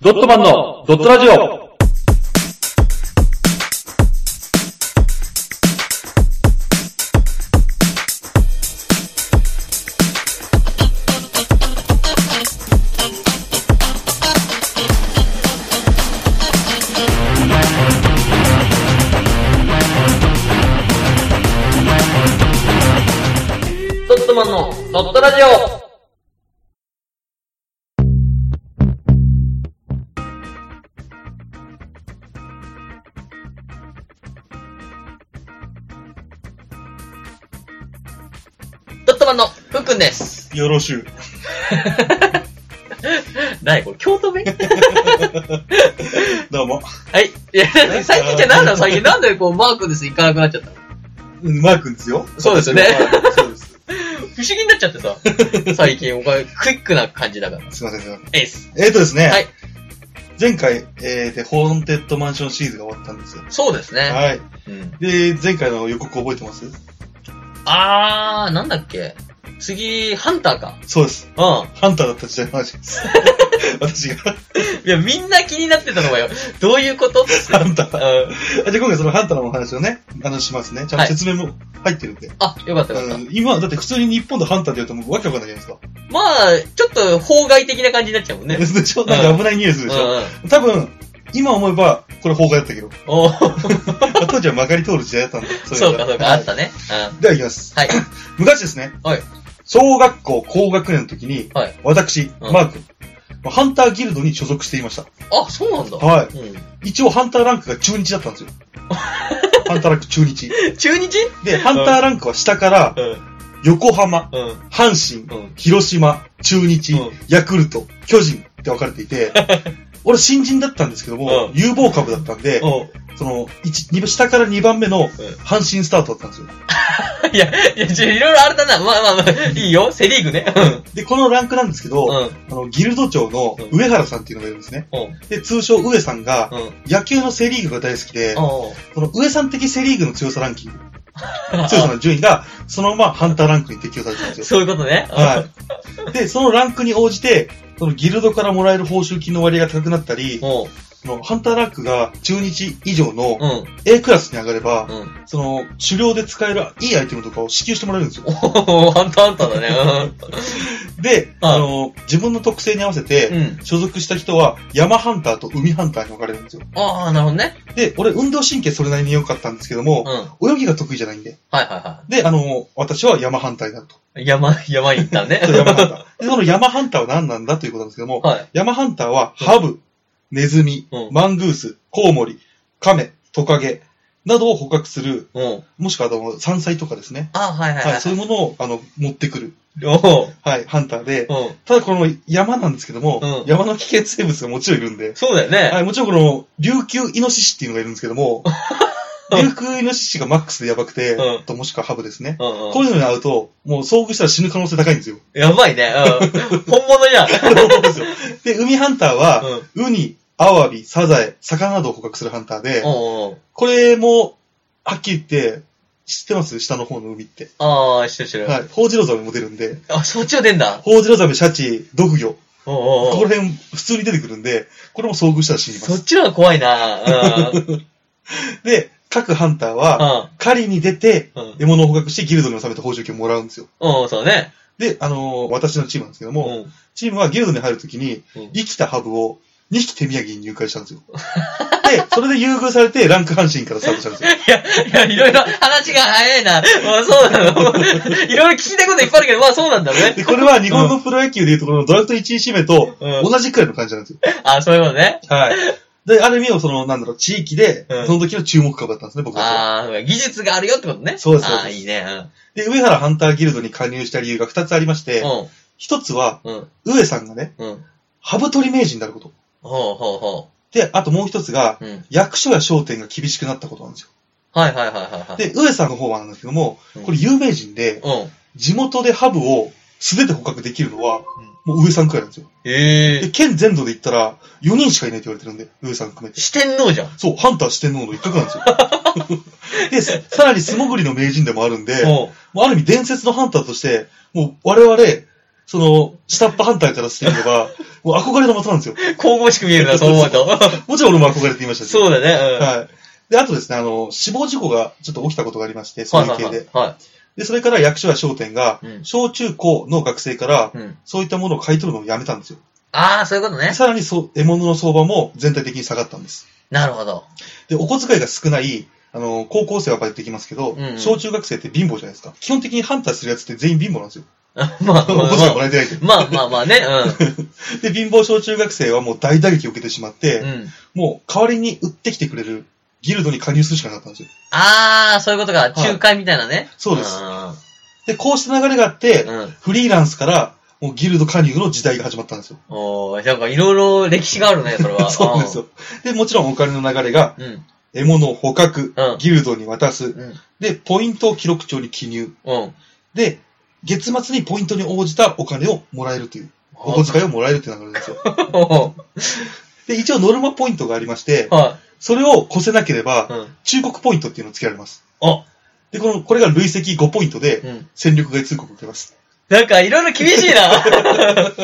ドットマンのドットラジオドットマンのドットラジオドットマンのふっくんです。よろしゅう。なにこれ、京都弁どうも。 はい。いや、最近ってなんだ最近なんでこう、マー君です行かなくなっちゃったのうんマー君ですよ。そうですよねはいそうです。不思議になっちゃってさ、 最近お前、クイックな感じだから。すいません、すいません。エース。えーとですね。はい前回、えー、で、ホーンテッドマンションシリーズが終わったんですよ。そうですね。はい。うん、で、前回の予告覚えてますあー、なんだっけ。次、ハンターか。そうです。うん。ハンターだった時代の話です。 私が、いや、みんな気になってたのがよ。どういうことハンタうー。ん。あじゃあ今回そのハンターのお話をね、あの、しますね。ちゃんと説明も入ってるんで。あ、よかったよかった。うん、今、だって普通に日本でハンターでやるともうわけわかんないじゃないでまあ、ちょっと法外的な感じになっちゃうもんね。すか。でしょなんか危ないニュースうんでうしょ、ん。多分、今思えば、これ法外だったけど。おー当時は曲がり通る時代だったんだ。いそうのかがそうか、あったね。では行きます。はい。昔ですね。はい小学校高学年の時に、はい私、うんマー君、ハンターギルドに所属していました。うん。あ、そうなんだ。はうい。一応ハンターランクが中日だったん ですよ。ハンターランク中日。ん。 中日で、ハンターランクは下から、うん。横浜、うん。阪神、うん。広島、中日、うんヤクルト、巨人って分かれてい て、俺新人だったんですけども、うん有望株だったんで、おうその、一二下から2番目の阪神スタートだったんですよ。いや、いや、ちょいろいろあれだな。まあまあまあ、いいよ。セリーグね。で、このランクなんですけど、うん。うん。あの、ギルド長のうん上原さんっていうのがいるんですね。うん。で、通称上さんが、うん。野球のセリーグが大好きで、おうその上さん的セリーグの強さランキング、強さの順位が、そのままハンターランクに適用されてたんですよ。そういうことね。はい。で、そのランクに応じて、そのギルドからもらえる報酬金の割合が高くなったり、おうそのハンターランクが中日以上のうん。うん。 A クラスに上がれば、うん。その、狩猟で使えるいいアイテムとかを支給してもらえるんですよ。おうハンターハンターだね。で、あの、自分の特性に合わせて、うん。うん。所属した人は山ハンターと海ハンターに分かれるんですよ。ああ、なるほどね。で、俺、運動神経それなりに良かったんですけどうん。も、はい泳ぎが得意じゃないんで。はいはい。で、あの、私は山ハンターになる と。山、山に行ったね。 そう山ハンター。で、その山ハンターは何なんだということなんですけども、はい。山ハンターは、ハブ、ネズミ、うんマングース、コウモリ、カメ、トカゲ、などを捕獲する、うん。もしくはあの山菜とかですね。あ、はいはいははいい、そういうものを、あの、持ってくる、おうはい、ハンターで、うん。ただこの山なんですけども、うん山の危険生物がもちろんいるんで、そうだよね。 はい、もちろんこの、琉球イノシシっていうのがいるんですけど も、琉球イノシシがマックスでやばくて、うんともしくはハブですね。うんこういうのに会うと、もう遭遇したら死ぬ可能性高いんですよ。うん。やばいね。 うん。本物じゃん。ですよで、海ハンターは、うん。ウニ、アワビ、サザエ、魚などを捕獲するハンターで、おうん。これも、はっきり言って、知ってます下の方の海って。ああ、知ってる知ってる。はい。ホウジロザメも出るんで、あ、そっちが出んだ。ホウジロザメ、シャチ、毒魚、おうこおうおこう。ら辺普通に出てくるんで、これも遭遇したら死にまそっす。ちの方が怖いな。うん。うん。で、各ハンターは、狩りに出て、うん。獲物を捕獲してギルドに納めた報酬金をもらうんですよ。うん、そうだね。で、あのー私のチームなんですけどうも、ん。チームはギルドに入るときに、うん生きたハブを2匹手土産に入会したんですよ。で、それで優遇されて、ランク阪神からスタートしたんですよ。いや、いや、いろいろ話が早いな。まあ、そうなの。 いろいろ聞きたいこといっぱいあるけど、まあ、そうなんだろうね。で、これは日本のプロ野球でいうところのドラフト1位指名とうん。同じくらいの感じなんですよ。あ、そういうことね。はい。で、ある意味のその、なんだろう、地域で、うんその時の注目株だったんですね、僕は。ああ、技術があるよってことね。そうですそうあですあ、いいね。うんで、上原ハンターギルドに加入した理由が2つありまして、1つは、うん。うん。上さんがね、うん。ハブ取り名人になること。ほうほうほで、あともう1つが、う。うん。役所や商店が厳しくなったことなんですよ。はいはいはいはいはい。で、上さんの方はなんですけどもうん、これ有名人で、うん。地元でハブを素手で捕獲できるのは、もう上さんくらいなんですよ。えで、え。県全土で言ったら、4人しかいないって言われてるんで、上さん含めて。四天王じゃん。そう、ハンター四天王の一角な んですよ。で、さらに素潜りの名人でもあるんで、おうもうある意味伝説のハンターとして、もう我々、その、下っ端ハンターからしてみ れば、もう憧れの的なんですよ。神々しく見えるな、そう思うと。もちろん俺も憧れていま したし。そうだね。うん。はい。で、あとですね、あの、死亡事故がちょっと起きたことがありまして、そういう系で。はで、それから役所や商店がい。、うん。小中高の学生から、うん。そういったものを買い取るのをやめたんですよ。ああ、そういうことね。さらにそう、獲物の相場も全体的に下がったんです。なるほど。で、お小遣いが少ない、あの、高校生はやっぱりできますけど、うんうん小中学生って貧乏じゃないですか。基本的にハンターするやつって全員貧乏なん ですよ。まあ まあお小遣いもらえてないけど。まあまあまあね。で、貧乏小中学生はもう大打撃を受けてしまって、うん。うん。もう代わりに売ってきてくれるギルドに加入するしかなかったんですよ。ああ、そういうことか。仲介みたいなね。そうです。うで、こうした流れがあって、ん。うん。フリーランスから、もうギルド加入の時代が始まったんですよ。おー、なんかいろいろ歴史がある ね、それは。そうなんですよ。で、もちろんお金の流れが、うん。うん。獲物を捕獲、うんギルドに渡す、うん。で、ポイントを記録帳に記入、うん。で、月末にポイントに応じたお金をもらえるという、お小遣いをもらえるって流れですよ。 おで、一応ノルマポイントがありましてー、はそれを越せなけれい。うば、ん。忠告ポイントっていうのを付けられます。あで、この、これが累積5ポイントで、うん。戦力外通告を受けます。なんかいろいろ厳しいな。いやもち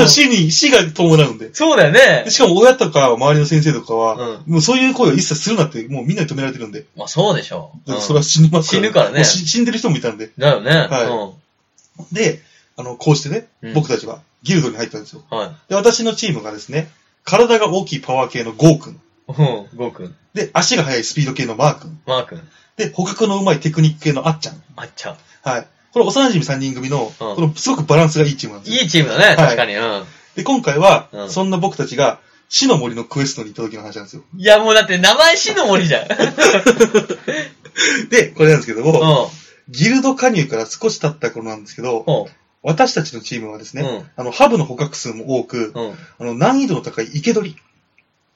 ろん C に、C が伴うんで。そうだよねで。しかも親とか周りの先生とかは、うん。もうそういう声を一切するなって、もうみんなに止められてるんで。まあそうでしょう。だうかんらそれは死にますか死ら、ぬからねもうし死んでる人もいたんで。だよね。はで、あの、こうしてね、うん僕たちはギルドに入ったんですよ。うん。はい。で、私のチームがですね、体が大きいパワー系のゴー君。うん。ゴーくん。で、足が速いスピード系のマー君。マーくん。で、捕獲のうまいテクニック系のあっちゃん。あっちゃん。はい。これ幼馴染3人組の、うんこのすごくバランスがいいチームなんですよ。いいチームだね、確かに。うん。で、今回は、うんそんな僕たちが、死の森のクエストに行った時の話なんですよ。いや、もうだって名前死の森じゃん。で、これなんですけどうん。も、うんギルド加入から少し経った頃なんですけど、私たちのチームはですね、うんあの、ハブの捕獲数も多く、うん。はあの、難易度の高い生け捕り。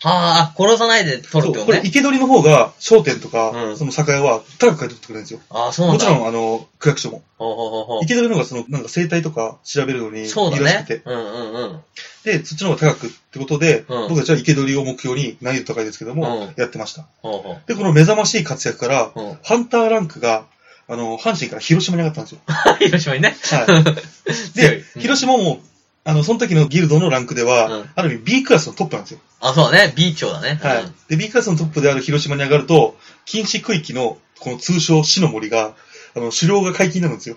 あ、殺さないで取るってそうことこれ、ね。生け捕りの方が、商店とか、うんその酒屋は高く買い取ってくれるんですよ。ああ、そうなもんちだ。ろん。ん、あの、区役所も。ほうほうほうほ生け捕りの方が、その、なんか生態とか調べるのに、う。いいそうだらしくてね。。うんうんうん。で、そっちの方が高くってことで、うん僕たちは生け捕りを目標に、難易度高いですけども、うんやってました。ほうほう。で、この目覚ましい活躍から、うんハンターランクが、あの、阪神から広島に上がったんです よ。広島にね。はい。強いで、うん広島も、あの、その時のギルドのランクでは、うんある意味 B クラスのトップなんですよ。あ、そうだね。B 町だね。はい。で、B クラスのトップである広島に上がると、禁止区域の、この通称死の森が、あの、狩猟が解禁になるんですよ。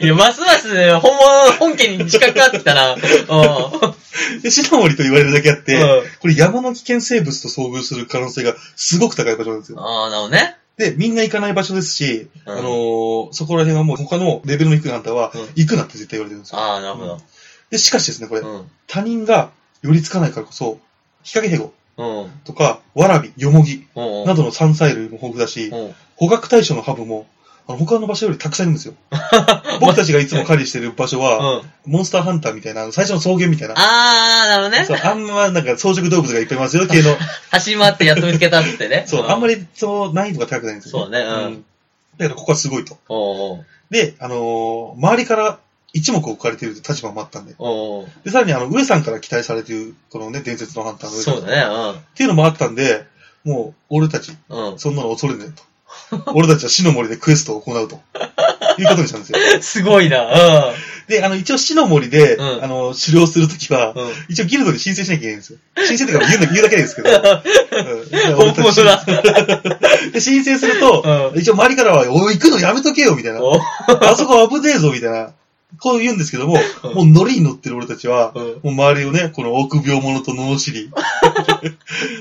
い。いや、ますます、本物、本家に近くなってきた な。うん。で、死の森と言われるだけあって、うんこれ山の危険生物と遭遇する可能性がすごく高い場所なんですよ。ああ、なるほどね。で、みんな行かない場所ですし、うんあのーそこら辺はもう他のレベルの低いハンターはうん、行くなって絶対言われてるんですよ。ああ、なるほど。で、しかしですね、これ、うん。他人が寄りつかないからこそ、ヒカゲヘゴうん。とか、ワラビ、ヨモギうん。などの山菜類も豊富だし、うん。捕獲対象のハブも、あの他の場所よりたくさんいる んですよ。僕たちがいつも狩りしてる場所は、うん。モンスターハンターみたいな、あの最初の草原みたいな。ああ、なるほどねそう。あんまなんか草食動物がいっぱいいます よ系の。。走り回ってやっと見つけたっつってねそう、あんまり。りそう難易度が高くないんですよ、そうだねうんだからここはすごいと。おうおうで、あのー周りから一目置かれているという立場もあったんで。おうおうで、さらにあの、上さんから期待されている、このね、伝説のハンターの上さんそうだね。っていうのもあったんで、もう、俺たち、うん。うん。そんなの恐れないと。 俺たちは死の森でクエストを行うと。いうことにしたんですよ。すごいな。で、あの、一応死の森で、うんあの、狩猟するときは、うん。うん。一応ギルドに申請しなきゃいけないんですよ。申請とか言うの言うだけで すけど。うん本当だ。で、申請すると、うん。一応周りからは、おい、行くのやめとけよ、みたいな。おうあそこ危ねえぞ、みたいな。こう言うんですけども、うんもうノリに乗ってる俺たちは、うん。もう周りをね、この臆病者と罵り、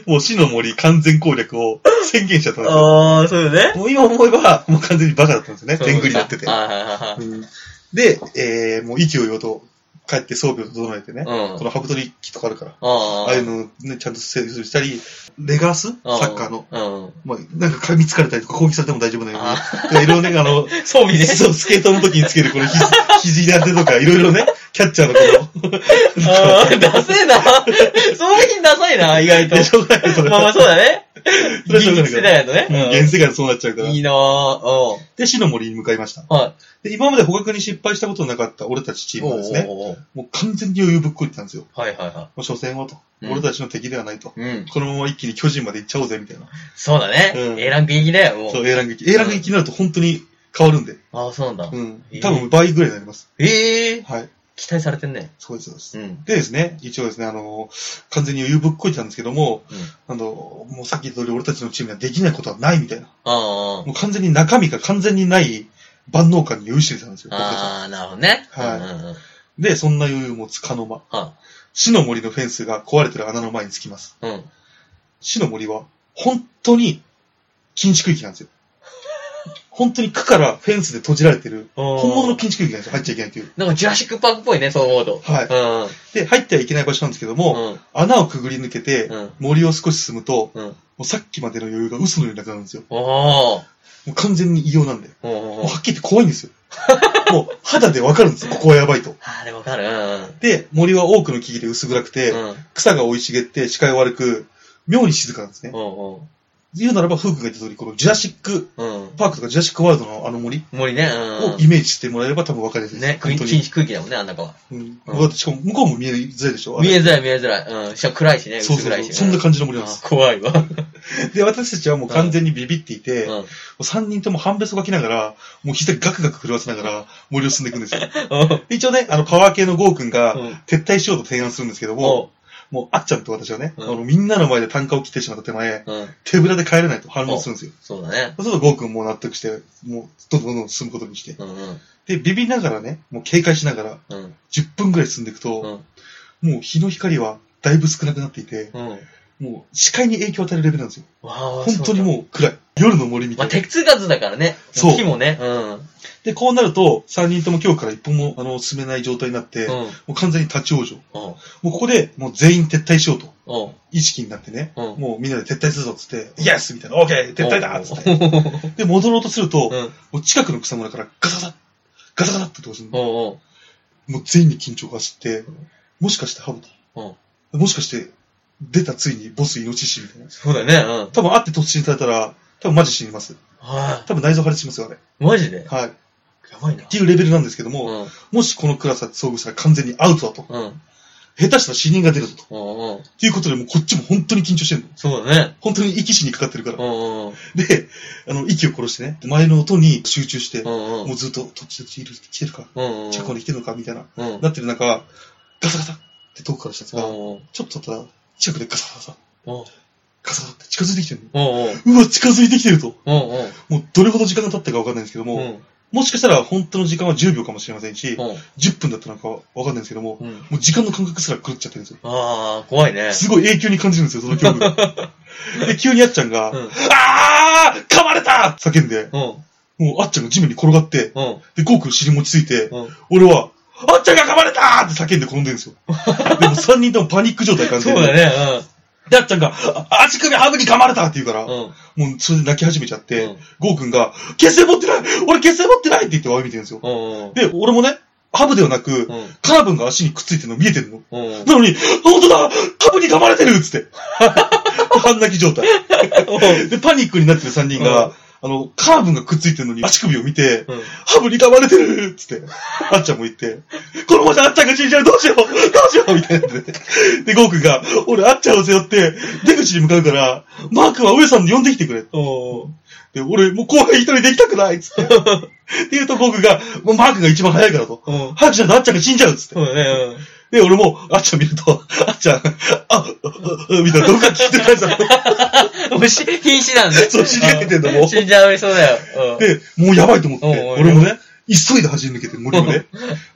もう死の森完全攻略を宣言しちゃったんですよ。ああ、そうだね。もう今思えば、もう完全にバカだったんですよね。天狗にな ってて。はいはいはいうんで、えー、もう息を揚と帰って装備を整えてね、はい。うん。このハブ取り機とかあるから、あああいうのをね、ちゃんと整理したり、レガースサッカーの。。うん。まあ、なんか噛みつかれたりとか攻撃されても大丈夫なよあうに。いろいろね、あの、装備ね。そう、スケートの時につけるこの 肘、肘当てとか、いろいろね、キャッチャーのこああ、 ダセえな。装備品ダサい な、意外との、。しょうがない、それ。まあまあ、そうだね。それはしょうがない現世代だとうん現ね。世界でそうなっちゃうかうらん。いいなぁ。うん。で、死の森に向かいました。はで、今まで捕獲に失敗したことのなかった俺たちチい。ームはですね、おうおうおうもう完全に余裕ぶっこいてたんですよ。はいはいはもう所詮はと。うん俺たちの敵ではないと。い。うん。このまま一気に巨人まで行っちゃおうぜ、みたいな。そうだね。うん A ランク行きだよ、もうそう、。A ランク行き。A ランク行きになると本当に変わるんで。ああ、そうなんだう。んへ。ー多分倍ぐらいになります。ええはい。期待されてんね。そうですそうです。うん。でですね、一応ですね、あの、完全に余裕ぶっこいてたんですけども、うんあの、もうさっき言った通り俺たちのチームにはできないことはないみたいな。あもう完全に中身が完全にない万能感に酔いしれてたんですよ、あ。僕たちはああ、なるほどね。はいうんうんうんで、そんな余裕もつかの間、は死の森のフェンスが壊れてる穴の前につきます。い。うん。死の森は、本当に、禁止区域なんですよ。本当に区からフェンスで閉じられてる、本本物の禁止区域なんですよ、入っちゃいけないという。なんかジュラシックパークっぽいね、そう思うと。はい。うん。で、入ってはいけない場所なんですけども、うん。穴をくぐり抜けて、うん。森を少し進むと、うんもうさっきまでの余裕が嘘のようになくなるんですよ。おー。もう完全に異様なんで。うんうんうもんうはっきり言って怖いんで すよ。もう肌でわかるんですよ、ここはやばいと。ああ、でもわかる。うんで、森は多くの木々で薄暗くて、うん。うん。草が生い茂って視界悪く、妙に静かなんですね。うん言うならば、フークが言った通り、このジュラシックうん。うん。パークとかジュラシックワールドのあの森森ね。をうイメージしてもらえれば多分わかりやすいん。です。ね、本禁当止に。区域だもんね、あん中は。うんうんだってしかも向こうも見えづらいでしょ見えづづらい見えづらい。うん。しかも暗いしね、そう薄そう暗いそ。うしね。そんな感じの森なんです。あー怖いわ。で、私たちはもう完全にビビっていて、うもん。う3人とも半べそかきながら、もう膝ガクガク震わせながら森を進んでいくんですよ。うんで一応ね、あの、パワー系のゴー君がうん撤退しようと提案するんですけども、おもう、あっちゃんと私はね、うんあの、みんなの前で単価を切ってしまった手前、う。うん。手ぶらで帰れないと反論するんですよ。そうだね。そうすると、ゴー君も納得して、もう、どんどんどん進むことにして。うんうん。で、ビビりながらね、もう警戒しながら、うん。 10分ぐらい進んでいくうと、ん。もう日の光はだいぶ少なくなっていて、うん。もう視界に影響を与えるレベルなんですよ。わあ本当にう。もう暗い。夜の森みまたあ、い手な。つかずだからね。そう木もね。うん。うん。で、こうなると、3人とも今日から一歩も、あの、進めない状態になって、もう完全に立ち往生。うん。もうここで、もう全員撤退しようと、うん。意識になってね、うん。もうみんなで撤退するぞっつって、イエスみたいな、オーケー撤退だっつって。で、戻ろうとすると、うん。もう近くの草むらからガサガサ、ガサガサって音がするの。おうもう全員に緊張が走ってん、もしかしてハブおう。うん。と、もしかして、出たついにボスイノシシみたいな。そうだね。うん。多分会って突進されたら、多分マジ死にます。は多分内臓破裂しますよ、あれ。い。マジでやはい。っばいな。ていうレベルなんですけどうも、ん。もしこのクラスで遭遇したら完全にアウトだと。うん。下手したら死人が出るぞと。うん。うん。っていうことで、もうこっちも本当に緊張してるの。そうだね。本当に息死にかかってるからう。ん。うん。で、あの、息を殺してね、前の音に集中して、うん。うんもうずっと、どっちどっちいる、来てるか、うん。着工で来てるのか、みたいな、うん。うん。なってる中、ガサガサって遠くからしたんですうが、ん。うん。ちょっとたら、近くでガサガサ、おうガサガサって近づいてきてるの。おううわ、近づいてきてると。おうおうもうどれほど時間が経ったかわかんないんですけども、うん。うん。もしかしたら本当の時間は10秒かもしれませんし、うん。 10分だったのかわかんないんですけども、うん。もう時間の感覚すら狂っちゃってるんですよ。ああ、怖いね。すごい永久に感じるんですよ、その恐怖が。 で、急にあっちゃんが、うん。あー噛まれたって叫んうで、ん。もうあっちゃんが地面に転がって、うん。で、ゴー君尻餅ついて、うん。俺は、あっちゃんが噛まれたーって叫んで転んでるんですよ。でも3人ともパニック状態感じそてうだね。で、あっちゃんが、あ足首ハブに噛まれたって言うから、うん。うん。もうそれで泣き始めちゃって、うんゴー君が、血清持ってない俺血清持ってないって言ってわびてるんですよ。うん。で、俺もね、ハブではなく、うん。カーブンが足にくっついてるの見えてるの。うん。なのに、本当だハブに噛まれてるっつ って。半泣き状態。で、パニックになってる3人が、うあの、カーブンがくっついてるのに足首を見て、うん。ハブに噛まれてるっつって、あっちゃんも言って、このままあっちゃんが死んじゃうどうしようどうしようみたいになってて。で、ゴー君が、俺あっちゃんを背負って、出口に向かうから、マー君は上さん呼んできてくれ。おうで、俺もう後輩一人で行きたくない っつって。って言うとゴー君が、もうマー君が一番早いからと。うん。早くじゃないとあっちゃんが死んじゃうっつって。そうだね。で、俺も、あっちゃん見ると、あっちゃん、あ、あ、あみたいな、どっか聞いてる感じだった。うん。もうし、瀕死なんだ。そう死にかけてんのもう死んじゃいそうだよ。うん。で、もうやばいと思って、おうおう俺もね、急いで走り抜けて、森をね。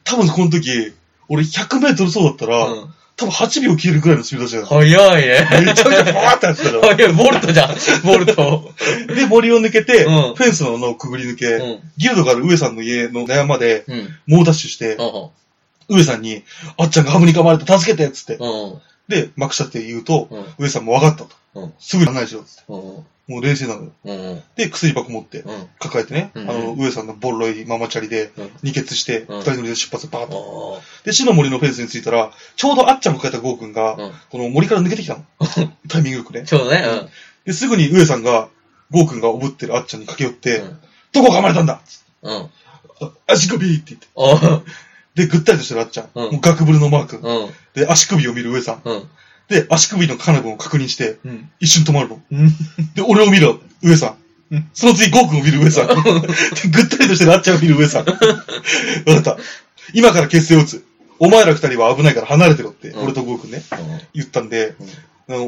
多分この時、俺100メートルそうだったら、うん。多分8秒切るぐらいのスピード出した早いね。めちゃめちゃバーって走ったか早い、ボルトじゃん。ボルト。ら。で、森を抜けて、うんフェンスの穴をくぐり抜け、うん。ギルドがある上さんの家の悩まで、うん。猛ダッシュして、う上さんに、あっちゃんがハムに噛まれた、助けてっつって。ん。で、マクシャって言うと、うん。上さんも分かったと。うんすぐに案内しろっつって。うん。もう冷静なのよ。うん。で、薬箱持って、うん。抱えてね、うんあの、上さんのボロいママチャリでうん、二血して、うん二人乗りで出発バーッと。おで、死の森のフェンスに着いたら、ちょうどあっちゃんを抱えたゴーくんが、うんこの森から抜けてきたの。タイミングよくね。ちょうどね。うん。で、すぐに上さんが、ゴーくんがおぶってるあっちゃんに駆け寄って、うんどこ噛まれたんだうん。あ足首って言って。おうで、ぐったりとしてるあっちゃん。うんもうガクブルのマーク。うん。で、足首を見る上さん。うん。で、足首のカナゴンを確認して、うん。一瞬止まるの。うん。で、俺を見る上さ。うんその次、ゴーくんを見る 上さん。で、ぐったりとしてるあっちゃんを見る上さん。わかった。今から結成を打つ。お前ら二人は危ないから離れてろって、うん俺とゴーくんね、う言ったんで、うん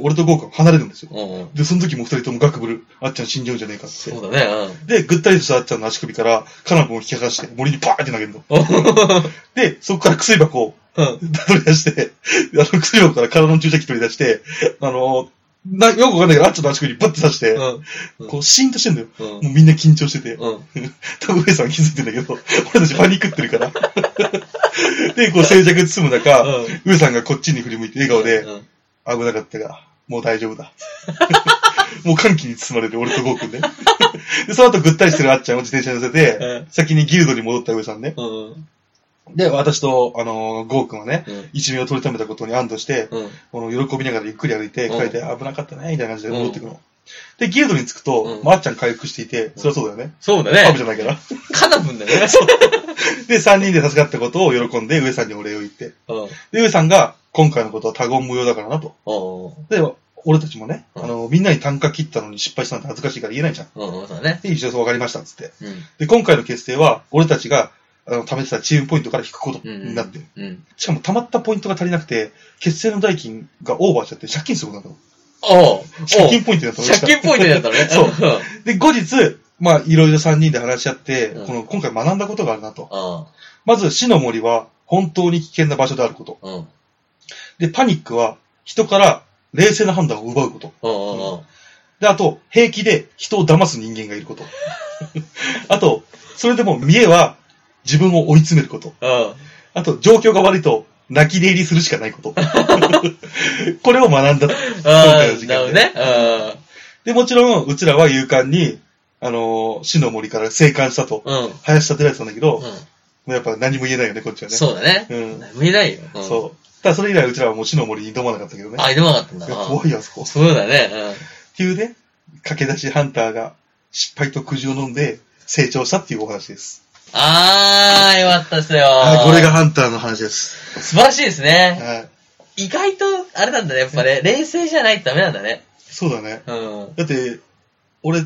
俺とゴーくん離れるんですよ。ん。うん。で、その時も二人ともガクブル、あっちゃん死んじゃうんじゃねえかって。そうだね。で、ぐったりとしたあっちゃんの足首から、カナブンを引き剥がして、森にパーンって投げるの。うん。で、そこから薬箱をうん。取り出して、あの薬箱から体の注射器取り出して、あの、な、よくわかんないけど、あっちゃんの足首にバッて刺して、うんこう、シーンとしてんだよ。うん。もうみんな緊張してて。うん。多分上さん気づいてんだけど、俺たちパニックって るから。で、こう静寂包む中、上さんがこっちに振り向いて笑顔で、うん。危なかったが、もう大丈夫だ。 もう歓喜に包まれて、俺とゴーくんね。で、その後ぐったりしてるあっちゃんを自転車に乗せて、うん。先にギルドに戻った上さんね。うん。で、私と、あのーゴーくんはね、うん。一命を取り留めたことに安堵して、うん。この喜びながらゆっくり歩いて、うん帰って危なかったね、みたいな感じで戻ってくの。で、ギルドに着くと、うんまあ、あっちゃん回復していて、そりゃそうだよね。そうだパブね。じゃないから。カナブンだね。で、3人で助かったことを喜んで、上さんにお礼を言って。うん。うん。で、上さんが、今回のことは他言無用だからなと。で、俺たちもね、うんあの、みんなに単価切ったのに失敗したなんて恥ずかしいから言えないじゃん。うん。うん。そうだね。で、一応そう分かりました、つって。うん。で、今回の決定は、俺たちが、あの、貯めてたチームポイントから引くことになってる。うん。しかも、貯まったポイントが足りなくて、決成の代金がオーバーしちゃって、借金することになったおう。おう。の。借金ポイントになったの。借金ポイントだったのね。そううん。で、後日、まあ、いろいろ3人で話し合って、うんこの、今回学んだことがあるなと。あまず、死の森は、本当に危険な場所であること。あ、うん、うん、で、パニックは人から冷静な判断を奪うこと。うん、うん。で、あと、平気で人を騙す人間がいること。 あと、それでも見栄は自分を追い詰めること。うんあと、状況が悪いと泣き寝入りするしかない こと。これを学んだと。あ回のあ、事件なでるほどね。あで、もちろん、うちらは勇敢に、あのー死の森から生還したと。あ、うん、林立てられてたんだけど、もううやっぱ何も言えないよね、こっちはん。ね。そうだね。う。ん。何もいないよ。うんそう。ただそれ以来、うちらはもう死の森に挑まなかったけどね。あ、いなかったんだいやな。怖いよ、あそこ。そうだね。っていうね、駆け出しハンターが失敗と苦汁を飲んで成長したっていうお話です。うん。ああ、よかったですよ。はい、これが。ハンターの話です。素晴らしいですね。はい。意外と、あれなんだね。やっぱね、冷静じゃないとダメなんだね。そうだね。うん。だって、俺、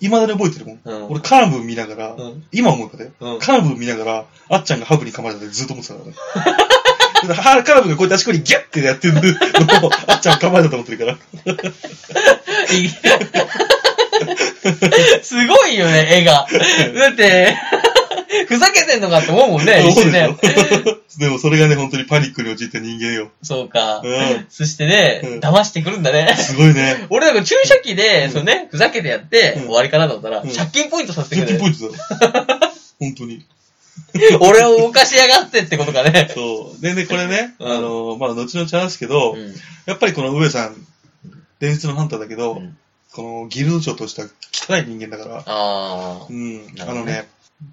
未だに覚えてるもん。うん俺、カーブ見ながら、うん今思うかね、うんカーブ見ながら、あっちゃんがハブに噛まれたってずっと思ってたからね。 だからはカーブがこうやって足首にギュッてやってるのを、あっちゃんが噛まれたと思ってるから。い すごいよね、絵が。だって、ふざけてんのかって思うもん ね、一思う瞬でね。しょ でもそれがね、本当にパニックに陥った人間よ。そうか。うんそしてね、うん騙してくるんだね。すご いね。俺なんか注射器で、うんそのね、ふざけてやって、うん終わりかなと思ったら、うん借金ポイントさせて10くれ金ポる。イントだよ。本当に。俺を動かしやがってってことかね。そう。でね、これね、うんあの、まあ、後々話すけど、うんやっぱりこの上さん、伝説のハンターだけど、うんこのギルド長とした汚い人間だから、あーうん、なるあほのどねね、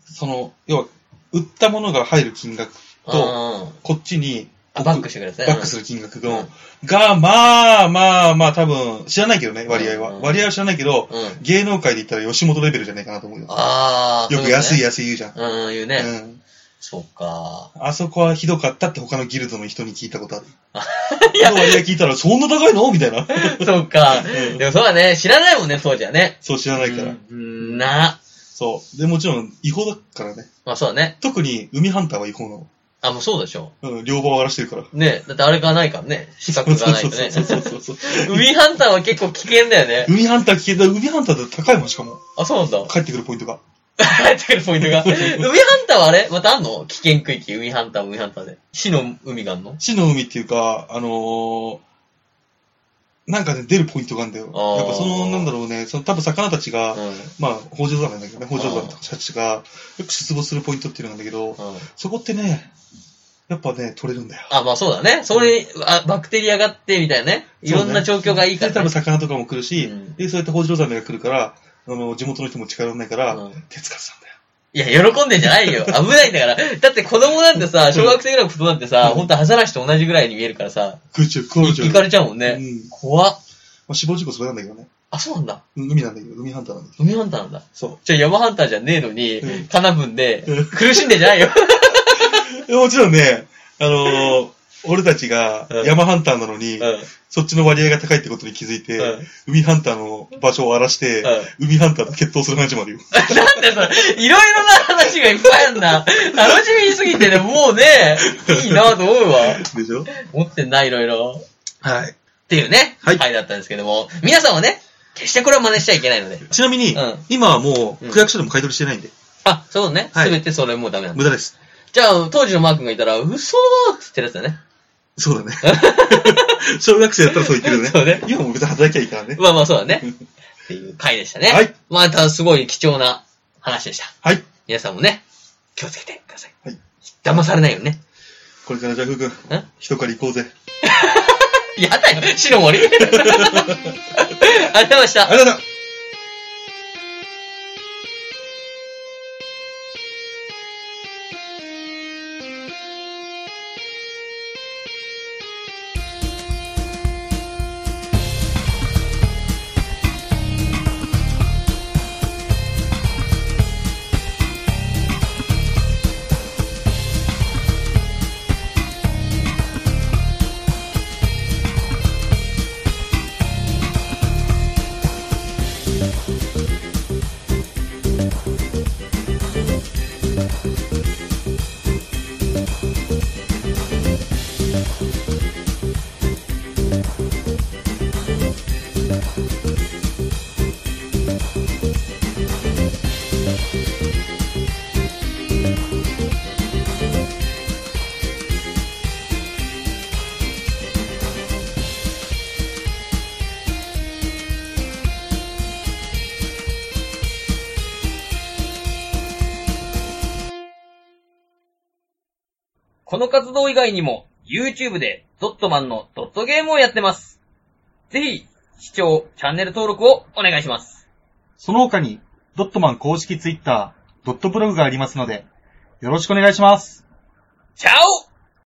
その、要は、売ったものが入る金額と、あこっちに、ー。あ、バックしてくれてバックする。る金額うのん、が、まあまあまあ、多分、知らないけどね、割合は。うん割合は知らないけど、うん。芸能界で言ったら吉本レベルじゃないかなと思うよ。ああ。よくそ安ういいう安い言うじゃん。ことね。うん、言うね。うん。そうか。あそこはひどかったって他のギルドの人に聞いたことある。 いやその割合聞いたら、そんな高いのみたいな。 そうかう。んでもそうだね。知らないもんね、そうじゃね。そう知らないから。うん、な。そう。で、もちろん違法だからね。まあそうだね。特に海ハンターは違法なの。あ、もうそうでしょ。うん、両方荒らしてるから。ねだってあれがないからね。資格がないとね。 そうそうそうそうそう。海ハンターは結構危険だよね。海ハンター危険だ。海ハンターって高いもん、しかも。あ、そうなんだ。 帰ってくるポイントが。入ってくるポイントが。海ハンターはあれまたあんの危険区域、海ハンター、海ハンターで。死の海があんの死の海っていうか、あのー、なんかね、出るポイントがあるんだよ。あーやっぱその、なんだろうね、その多分魚たちが、うん。うん。まあ、北条山なんだけどね、北条山とかシャチが、よく出没するポイントっていうのなんだけど、そこってね、やっぱね、取れるんだよ。あ、まあそうだね。それ、あバクテリアがあって、みたいなね。いろんな状況がいいかで、多ら、ね分。魚とかも来るし、うんで、そうやって北条ザメが来るから、あの、地元の人も近寄らないから、うん手つかずなんだよ。いや、喜んでんじゃないよ。危ないんだから。だって子供なんてさ、小学生ぐらいの子供なんてさ、うんほんとアザラシと同じぐらいに見えるからさ、食いちゃう、食われちゃう。行かれちゃうもんうね。ん。怖っ。まあ、死亡事故それなんだけどね。あ、そうなんだ。うん海なんだけど、海ハンターなんだけど。海ハンターなんだ。そじゃあ山ハンターじゃねえのにうん、カナブンでうん、苦しんでんじゃないよ。う。もちろんね、あのー俺たちがうん山ハンターなのに、うん。うん。そっちの割合が高いってことに気づいて、うん海ハンターの場所を荒らして、海ハンターと決闘する話もあるよ。なんでそれ、いろいろな話がいっぱいあるな。楽しみすぎてね、もうね、いいなと思うわ。でしょ持ってんな、いろいろ。はい。っていうね、はい回だったんですけども、皆さんはね、決してこれは真似しちゃいけないので。ちなみに、うん今はもうう、ん区役所でも買い取りしてないんで、あ、そうね。はいすべてそれもうダメなんだ。無駄です。じゃあ、当時のマー君がいたら、嘘ーって言ってるやつだね。そう だね。小学生だったらそう言ってるよね。そうね今も別に働きゃいいからね。まあまあそうだね。っていう回でしたね。はい。またすごい貴重な話でした。はい。皆さんもね、気をつけてください。はい。騙されないようにね。これからじゃあ、ふうくん、人から行こうぜ。やだよ、白森。ありがとうございましたあ。りがとうございましたこの活動以外にも、YouTube でドットマンのドットゲームをやってます。ぜひ、視聴、チャンネル登録をお願いします。その他に、ドットマン公式ツイッター、ドットブログがありますので、よろしくお願いします。チャオ